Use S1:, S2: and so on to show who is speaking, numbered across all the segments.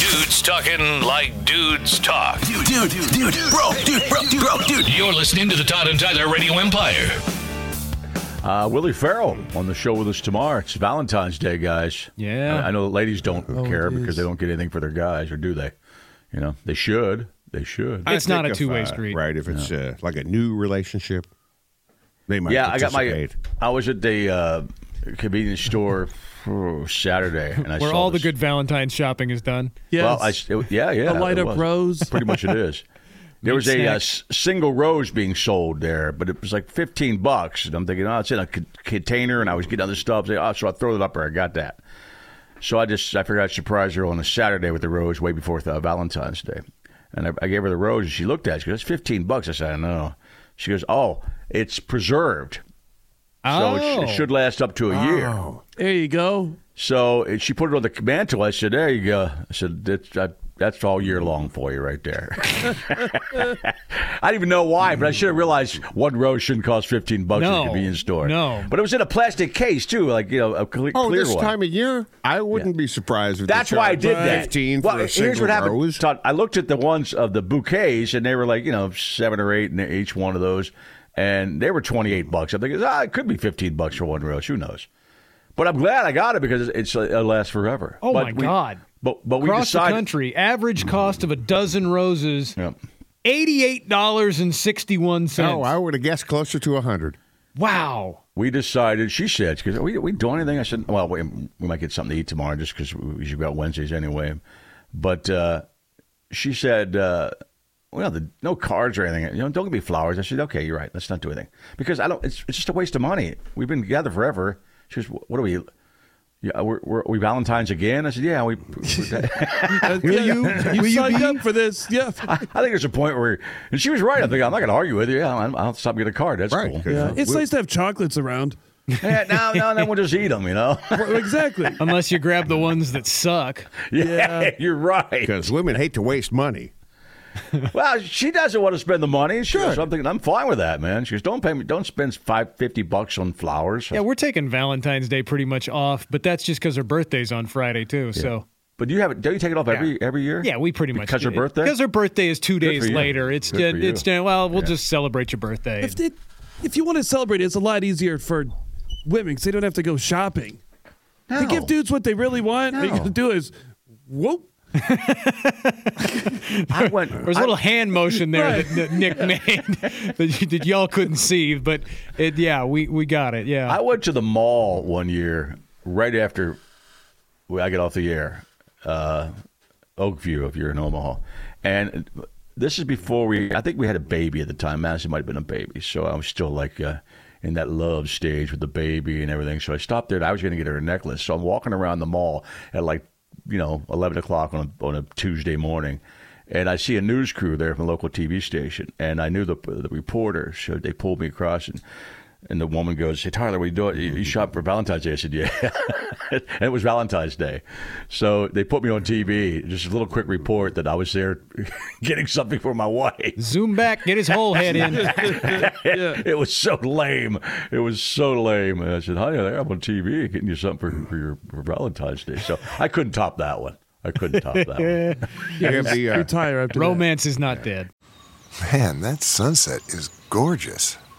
S1: Dudes talking like dudes talk.
S2: Dude, dude, dude, dude, bro, dude, bro, dude, bro, dude.
S1: You're listening to the Todd and Tyler Radio Empire.
S3: Uh, Willie Farrell on the show with us tomorrow. It's Valentine's Day, guys.
S4: Yeah.
S3: I, I know the ladies don't care because they don't get anything for their guys, or do they? You know, they should. They should.
S4: It's not
S5: think
S4: a
S5: if,
S4: two-way
S5: uh,
S4: street.
S5: right? If it's uh, like a new relationship, they might.
S3: yeah, I got my.
S5: participate.
S3: I was at the uh, convenience store for Saturday, and I
S4: Where
S3: saw
S4: all the
S3: this-
S4: good Valentine's shopping is done.
S6: Yes.
S3: Well, I, it- yeah, yeah,
S6: A light
S3: it
S6: up
S3: was.
S6: rose.
S3: Pretty much, it is. There was a uh, s- single rose being sold there, but it was like fifteen bucks, and I'm thinking, oh, it's in a c- container, and I was getting other stuff. Say, oh, so I throw it up there. I got that. So I just I figured I'd surprise her on a Saturday with the rose, way before uh, Valentine's Day, and I, I gave her the rose, and she looked at it. She goes, "It's fifteen bucks." I said, "I know." She goes, "Oh, it's preserved, so it,
S5: Oh.
S3: sh- it should last up to a year."
S6: There you go.
S3: So and she put it on the mantle. I said, "There you go." I said, "That's I, that's all year long for you, right there." I didn't even know why, but I should have realized one rose shouldn't cost fifteen bucks at
S4: No.
S3: a convenience store.
S4: No.
S3: but it was in a plastic case too, like you know, a cle-
S5: Oh,
S3: clear
S5: this
S3: one.
S5: time of year, I wouldn't be surprised. If they
S3: that's why I
S5: charge
S3: did that.
S5: Fifteen
S3: well,
S5: for a
S3: here's
S5: single
S3: what happened.
S5: rose.
S3: Todd, I looked at the ones of the bouquets, and they were like you know seven or eight in each one of those, and they were twenty eight bucks. I'm thinking, ah, it could be fifteen bucks for one rose. Who knows? But I'm glad I got it because it's, it'll last forever.
S4: Oh
S3: But
S4: my
S3: we-
S4: God.
S3: But but we
S4: Across
S3: decided.
S4: the country, average cost of a dozen roses,
S3: Yep.
S4: eighty-eight dollars and sixty-one cents.
S5: Oh, I would have guessed closer to a hundred.
S4: wow.
S3: We decided. She said, "Because we we do anything." I said, "Well, we, we might get something to eat tomorrow, just because we've got Wednesdays anyway." But uh, she said, uh, "Well, the, no cards or anything. You know, don't give me flowers." I said, "Okay, you're right. Let's not do anything because I don't. It's, it's just a waste of money. We've been together forever." She goes, "What are we?" Yeah, we're, we're we Valentine's again. I said, "Yeah, we."
S6: Uh, yeah, you you signed up for this. Yeah.
S3: I, I think there's a point where, and she was right. I'm thinking I'm not going to argue with you. Yeah, I'll, I'll stop and get a card. That's
S5: Right.
S3: cool.
S5: 'cause
S6: It's
S5: we-
S6: nice to have chocolates around.
S3: Yeah, now, now, then we'll just eat them. You know.
S6: Well, exactly.
S4: Unless you grab the ones that suck.
S3: Yeah, you're right.
S5: because women hate to waste money.
S3: Well, she doesn't want to spend the money. She sure. something. I'm fine with that, man. She goes, don't pay me. Don't spend five fifty bucks on flowers.
S4: Yeah, we're taking Valentine's Day pretty much off, but that's just because her birthday's on Friday too. So
S3: But you have it. Don't you take it off every every year?
S4: yeah, we pretty much
S3: because her birthday.
S4: Because her birthday is two days
S3: for you.
S4: later. It's
S3: Good for you.
S4: it's well, we'll just celebrate your birthday.
S6: If, they, if you want to celebrate, it's a lot easier for women because they don't have to go shopping. They give dudes what they really want. All you got to do is, whoop.
S3: I went.
S4: There's a
S3: I-
S4: little hand motion there that, that Nick made that, you, that y'all couldn't see, but it, yeah, we, we got it. Yeah.
S3: I went to the mall one year right after we- I got off the air, uh, Oakview, if you're in Omaha. And this is before we, I think we had a baby at the time. Madison might have been a baby. So I was still like uh, in that love stage with the baby and everything. So I stopped there and I was going to get her a necklace. So I'm walking around the mall at like, you know, 11 o'clock on a, on a Tuesday morning. And I see a news crew there from a local TV station, and I knew the the reporter, so they pulled me across, and and the woman goes, "Hey Tyler, what are you doing? You, you shop for Valentine's Day?" I said, "Yeah," and it was Valentine's Day, so they put me on TV. Just a little quick report that I was there getting something for my wife.
S4: Zoom back, get his whole head in.
S3: It was so lame. It was so lame. And I said, "Hi there, I'm on TV, getting you something for, for your for Valentine's Day." So I couldn't top that one. I couldn't top that one.
S5: You have the, uh,
S6: Retire after that.
S4: Romance is not dead.
S7: Man, that sunset is gorgeous.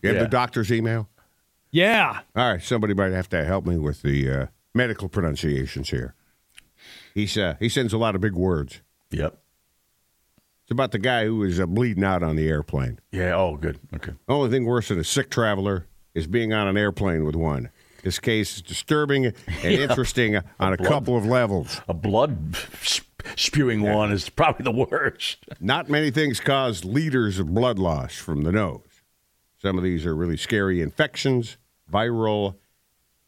S5: You have
S3: Yeah.
S5: the doctor's email?
S4: Yeah.
S5: All right, somebody might have to help me with the uh, medical pronunciations here. He's, uh, he sends a lot of big words.
S3: Yep.
S5: It's about the guy who was uh, bleeding out on the airplane.
S3: Yeah. Oh, good. Okay.
S5: The only thing worse than a sick traveler is being on an airplane with one. This case is disturbing and interesting on a couple of levels.
S3: A blood sp- spewing one is probably the worst.
S5: Not many things cause liters of blood loss from the nose. Some of these are really scary infections, viral,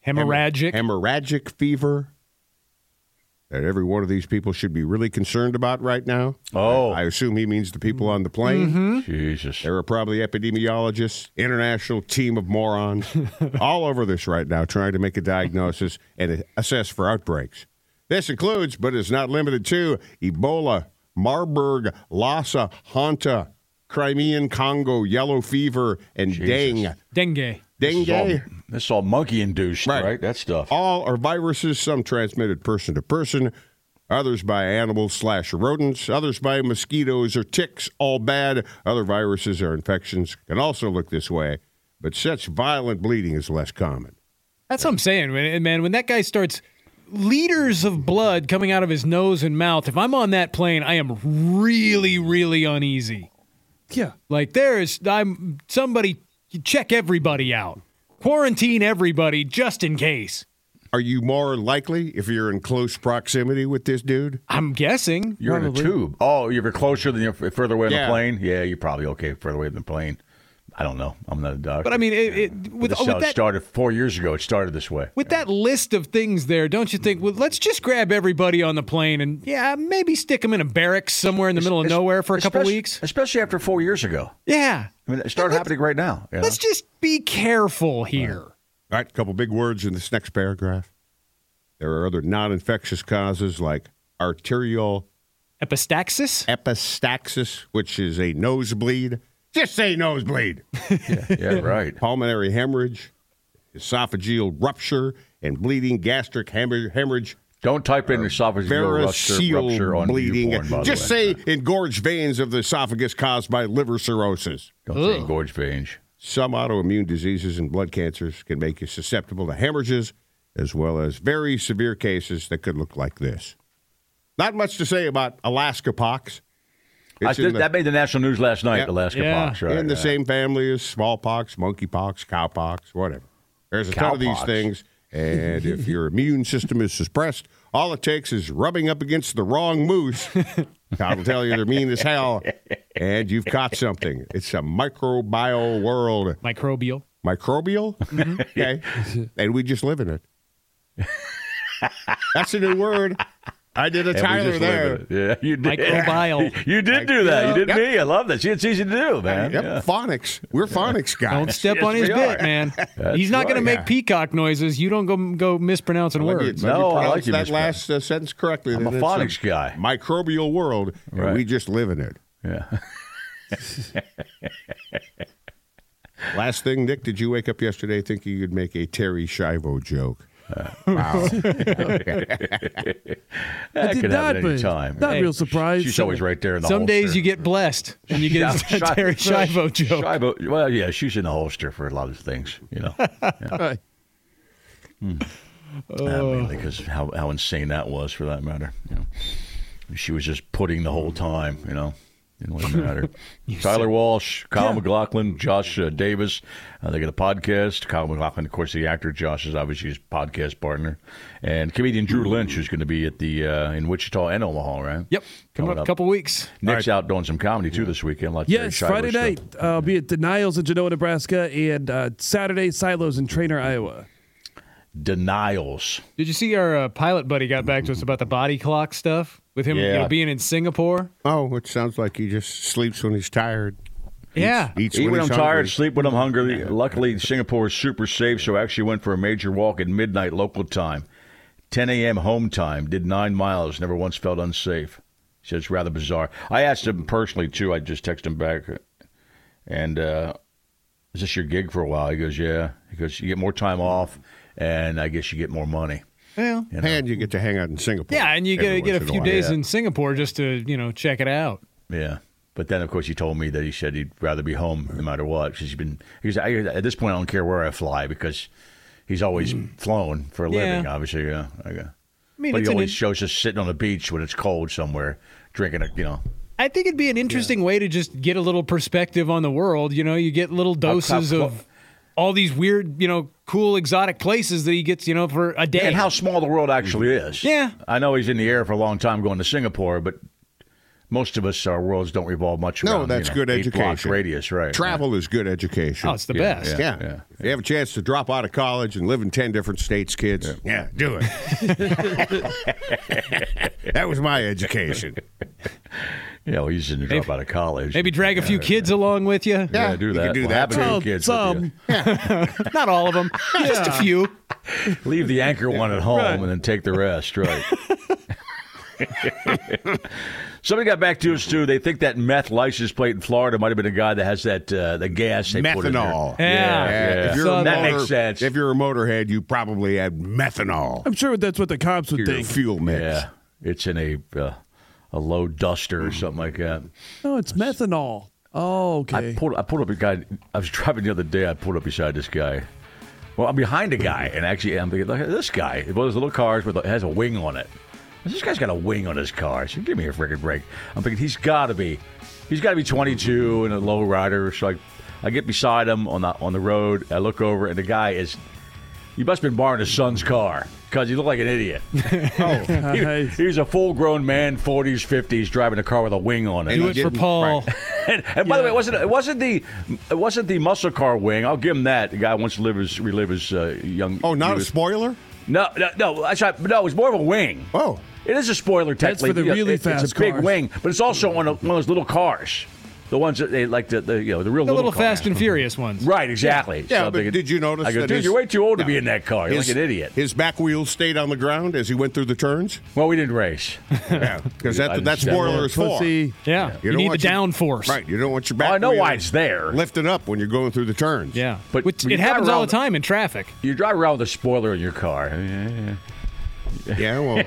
S4: Hemorrhagic.
S5: hemorrhagic fever. That every one of these people should be really concerned about right now.
S3: Oh,
S5: I assume he means the people on the plane.
S3: Jesus.
S5: There are probably epidemiologists, international team of morons, all over this right now trying to make a diagnosis and assess for outbreaks. This includes, but is not limited to, Ebola, Marburg, Lhasa, Hanta, Crimean Congo, yellow fever, and dengue.
S4: Dengue.
S3: This is all-
S5: Dengue,
S3: This is all monkey induced,
S5: Right.
S3: right. That stuff.
S5: all are viruses, some transmitted person to person, others by animals slash rodents, others by mosquitoes or ticks, all bad. Other viruses or infections can also look this way, but such violent bleeding is less common.
S4: That's what I'm saying, man. man. When that guy starts liters of blood coming out of his nose and mouth, if I'm on that plane, I am really, really uneasy.
S6: Yeah.
S4: Like there's, I'm somebody check everybody out, quarantine everybody just in case.
S5: Are you more likely if you're in close proximity with this dude?
S4: I'm guessing.
S3: You're in a tube. Oh, you're closer than you're f- further away on
S5: Yeah.
S3: the plane. Yeah, you're probably okay further away than the plane. I don't know. I'm not a doctor.
S4: But I mean, it, it, with,
S3: this is
S4: with
S3: how it
S4: that
S3: started four years ago. It started this way.
S4: with that list of things there, don't you think? Well, let's just grab everybody on the plane and yeah, maybe stick them in a barracks somewhere in the middle of
S3: Es-
S4: nowhere for a couple
S3: especially-
S4: weeks.
S3: especially after four years ago.
S4: Yeah,
S3: I mean, it started happening right now. you know?
S4: let's just be careful here.
S5: All right, a couple big words in this next paragraph. There are other non infectious causes like arterial
S4: Epistaxis?
S5: epistaxis, which is a nosebleed. Just say nosebleed.
S3: yeah, right.
S5: pulmonary hemorrhage, esophageal rupture, and bleeding gastric hemorrh- hemorrhage,
S3: Don't type in esophageal rupture, rupture
S5: variceal
S3: on
S5: bleeding.
S3: Uporn, by the
S5: Just
S3: way.
S5: say engorged veins of the esophagus caused by liver cirrhosis.
S3: Don't say engorged veins.
S5: Some autoimmune diseases and blood cancers can make you susceptible to hemorrhages, as well as very severe cases that could look like this. Not much to say about Alaska pox.
S3: I
S5: It's in
S3: did-
S5: the-
S3: that made the national news last night.
S5: Yeah.
S3: Alaska
S4: Yeah.
S3: pox, right?
S5: in the
S3: Yeah.
S5: same family as smallpox, monkeypox, cowpox, whatever. There's a ton of these
S3: Cowpox.
S5: things, and if your immune system is suppressed, all it takes is rubbing up against the wrong moose. I will tell you they're mean as hell, and you've caught something. It's a microbial world,
S4: Microbial.
S5: microbial.
S3: Mm-hmm.
S5: Okay, and we just live in it. That's a new word. I did a
S3: And we
S5: Tyler
S3: just
S5: there.
S3: live in it. Yeah, you did.
S4: Microbial.
S3: You did do that. You did me. I love that. See, it's easy to do, man.
S5: Yep, phonics. We're phonics guys.
S4: Don't step on his
S3: we
S4: bit,
S3: are.
S4: man. He's not going to make
S5: Yeah.
S4: peacock noises. You don't go go mispronouncing
S5: Let me-
S4: words.
S5: let me
S3: No, I
S5: pronounce
S3: like you,
S5: that
S3: Mr.
S5: last uh, sentence correctly.
S3: I'm a
S5: Then it's
S3: phonics guy.
S5: Microbial world, and
S3: Right.
S5: we just live in it.
S3: Yeah. yeah.
S5: Last thing, Nick, did you wake up yesterday thinking you'd make a Terry Shivo joke? wow.
S3: That
S6: did
S3: could
S6: not,
S3: happen any
S6: but
S3: time.
S6: not real surprised.
S3: She's always right there in the
S4: Some
S3: holster.
S4: days you get blessed and you get a Terry Shivo joke.
S3: Schiavo- well, yeah, she's in the holster for a lot of things, you know. Hmm.
S6: Oh.
S3: because how, how insane that was for that matter. You know. She was just putting the whole time, you know. It doesn't matter. Tyler Walsh, Kyle McLaughlin, Josh uh, Davis. Uh, they got a podcast. Kyle McLaughlin, of course, the actor. Josh is obviously his podcast partner. And comedian Drew Lynch, who's going to be at the uh, in Wichita and Omaha, right?
S4: Yep. Coming up a couple weeks.
S3: Nick's out doing some comedy too this weekend. Like Terry
S6: Yes,
S3: Shiver's
S6: Friday
S3: stuff.
S6: night. uh, I'll be at Denials in Genoa, Nebraska, and uh, Saturday Silos in Trainer, Iowa.
S3: Denials.
S4: Did you see our uh, pilot buddy got back to us about the body clock stuff with him you know,
S5: Yeah.
S4: being in Singapore?
S5: Oh, it sounds like he just sleeps when he's tired.
S4: Yeah.
S5: Eats, eats
S3: Eat when I'm
S5: he's
S3: tired,
S5: hungry.
S3: sleep when I'm hungry. Luckily, Singapore is super safe, so I actually went for a major walk at midnight local time, 10 a.m. home time. Did nine miles, never once felt unsafe. So it's rather bizarre. I asked him personally too. I just texted him back, and uh, is this your gig for a while? He goes, yeah. He goes, you get more time off, and I guess you get more money.
S4: Well,
S5: And you get to hang out in Singapore.
S4: yeah, and you
S5: every
S4: get, get a
S5: once
S4: few
S5: while.
S4: days
S3: Yeah.
S4: in Singapore just to, you know, check it out.
S3: Yeah. But then, of course, he told me that he said he'd rather be home no matter what because he's been. He goes, I, at this point, I don't care where I fly because he's always flown for a living.
S4: Yeah.
S3: Obviously, yeah. I go-
S4: I mean,
S3: but
S4: it's
S3: he
S4: an
S3: always shows us sitting on the beach when it's cold somewhere, drinking a you know
S4: I think it'd be an interesting way to just get a little perspective on the world. You know, you get little doses
S3: how-
S4: of all these weird, you know, cool exotic places that he gets, you know, for a day.
S3: and how small the world actually is.
S4: Yeah.
S3: I know he's in the air for a long time going to Singapore, but most of us our worlds don't revolve much.
S5: No,
S3: around, you
S5: that's
S3: know,
S5: good
S3: eight blocks
S5: education.
S3: radius, right?
S5: Travel is good education.
S4: oh, it's the
S3: Yeah,
S4: best.
S5: yeah.
S3: yeah.
S5: If you have a chance to drop out of college and live in 10 different states, kids, yeah, do it. that was my education.
S3: Yeah, well, he's in the drop out of college.
S4: Maybe drag a few kids along with you.
S3: yeah, do
S5: you
S3: that.
S5: can do
S3: What
S5: that
S3: happened to
S5: too.
S3: your kids?
S6: Some.
S4: Not all of them, just a few.
S3: Leave the anchor one at home and then take the rest, right? Somebody got back to us too. They think that meth license plate in Florida might have been a guy that has that uh, the gas they put in there.
S5: Methanol.
S4: Yeah.
S5: Yeah,
S3: Yeah.
S5: If you're a
S4: So
S3: that
S5: motor-
S3: makes sense.
S5: If you're a motorhead, you probably add methanol
S6: I'm sure that's what the cops would
S5: to your
S6: think.
S5: fuel mix.
S3: yeah, it's in a uh, a low duster or something like that.
S6: No, it's methanol. Oh,
S3: I
S6: okay.
S3: pulled I pulled up a guy. I was driving the other day. I pulled up beside this guy. Well, I'm behind a guy, and actually, I'm thinking, look at this guy. It's One of those little cars with a, it has a wing on it. This guy's got a wing on his car. So give me a freaking break. I'm thinking he's got to be, he's got to be 22 and a low rider. So I, I get beside him on the on the road. I look over, and the guy is. You must have been borrowing his son's car because you look like an idiot. he,
S6: Nice.
S3: he was a full-grown man, 40s, 50s, driving a car with a wing on it.
S4: Do
S5: you
S4: it for
S5: didn't-
S4: Paul.
S3: And, and by the way, it wasn't it wasn't the it wasn't the muscle car wing. I'll give him that. The guy wants to live his relive his uh, young.
S5: Oh, not a
S3: youth.
S5: spoiler?
S3: no, no, no. I tried, no, it was more of a wing.
S5: Oh.
S3: It is a spoiler technically.
S6: for the
S3: Yeah,
S6: really
S3: it- It's
S6: fast
S3: a big
S6: cars.
S3: wing, but it's also on a, one of those little cars, the ones that they like the, the you know the real
S4: The
S3: little,
S4: little
S3: cars.
S4: Fast and Furious ones.
S3: Mm-hmm. Right, exactly.
S5: Yeah,
S3: I'm
S5: but did you notice
S3: I go,
S5: that
S3: dude,
S5: his-
S3: you're way too old to
S5: No.
S3: be in that car. You're like an idiot.
S5: His back wheels stayed on the ground as he went through the turns.
S3: well, we didn't race.
S5: Yeah, because
S3: I
S5: that, that
S3: understand
S5: spoiler
S3: that.
S5: is for.
S6: Pussy.
S4: Yeah. You,
S5: don't
S4: need the
S5: want your-
S4: downforce.
S5: Right. You don't want your
S3: Well,
S5: back.
S3: Oh, I know
S5: wheel
S3: why it's there.
S5: Lifting up when you're going through the turns.
S4: Yeah.
S3: But
S4: Which,
S3: when you
S4: it
S3: drive
S4: happens all the
S3: around-
S4: time in traffic.
S3: You drive around with a spoiler in your car.
S5: Yeah. Well,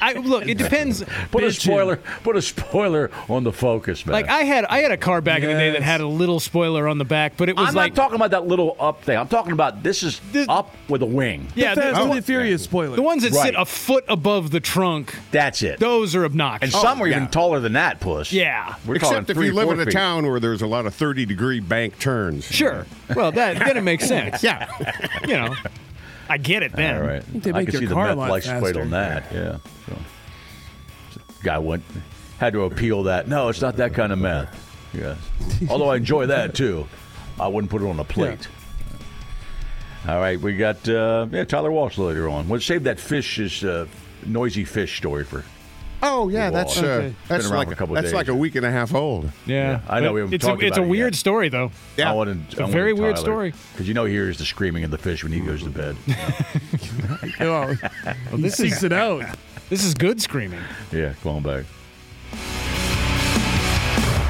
S4: I look, it depends.
S3: Put a
S4: bitch.
S3: spoiler. Put a spoiler on the Focus, man.
S4: Like I had I had a car back in the day that had a little spoiler on the back, but it was
S3: I'm
S4: like
S3: not talking about that little up thing. I'm talking about this is
S4: This-
S3: up with a wing.
S4: yeah,
S6: The Fast
S4: the,
S6: and the Furious spoiler.
S4: the ones that sit
S3: Right.
S4: a foot above the trunk,
S3: That's it.
S4: those are obnoxious. Oh,
S3: And some are
S5: Oh, yeah.
S3: even taller than that, puss.
S4: Yeah.
S3: We're
S5: except
S3: talking
S5: if
S3: three,
S5: you live
S3: four
S5: in a
S3: feet.
S5: town where there's a lot of 30 degree bank turns.
S4: Sure. Well, that then it makes sense.
S5: Yeah.
S4: You know, I get it then.
S3: All right.
S6: they
S3: I
S6: make
S3: can
S6: your
S3: see the
S6: car a
S3: meth
S6: lot
S3: license plate
S6: faster.
S3: on that. Yeah. So. So, Guy went, had to appeal that. No, it's not that kind of meth. Yeah. Although I enjoy that too, I wouldn't put it on a plate. All right, we got uh, yeah Tyler Walsh later on. We'll save that fish is uh, noisy fish story for.
S5: Oh yeah, that's uh,
S3: Okay.
S5: that's
S3: Been around
S5: like
S3: for a couple
S5: that's
S3: days.
S5: like a week and a half old.
S4: Yeah.
S3: I know
S4: But
S3: we haven't
S4: it's a,
S3: talked
S4: it's
S3: about
S4: a
S3: it
S4: weird
S3: yet.
S4: story though.
S5: Yeah.
S3: I wanted,
S4: a very weird story.
S3: Because you know, he hears the screaming of the fish when he goes to bed.
S6: Oh, he seeks it out.
S4: This is good screaming.
S3: yeah, come on back.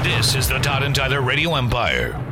S1: This is the Todd and Tyler Radio Empire.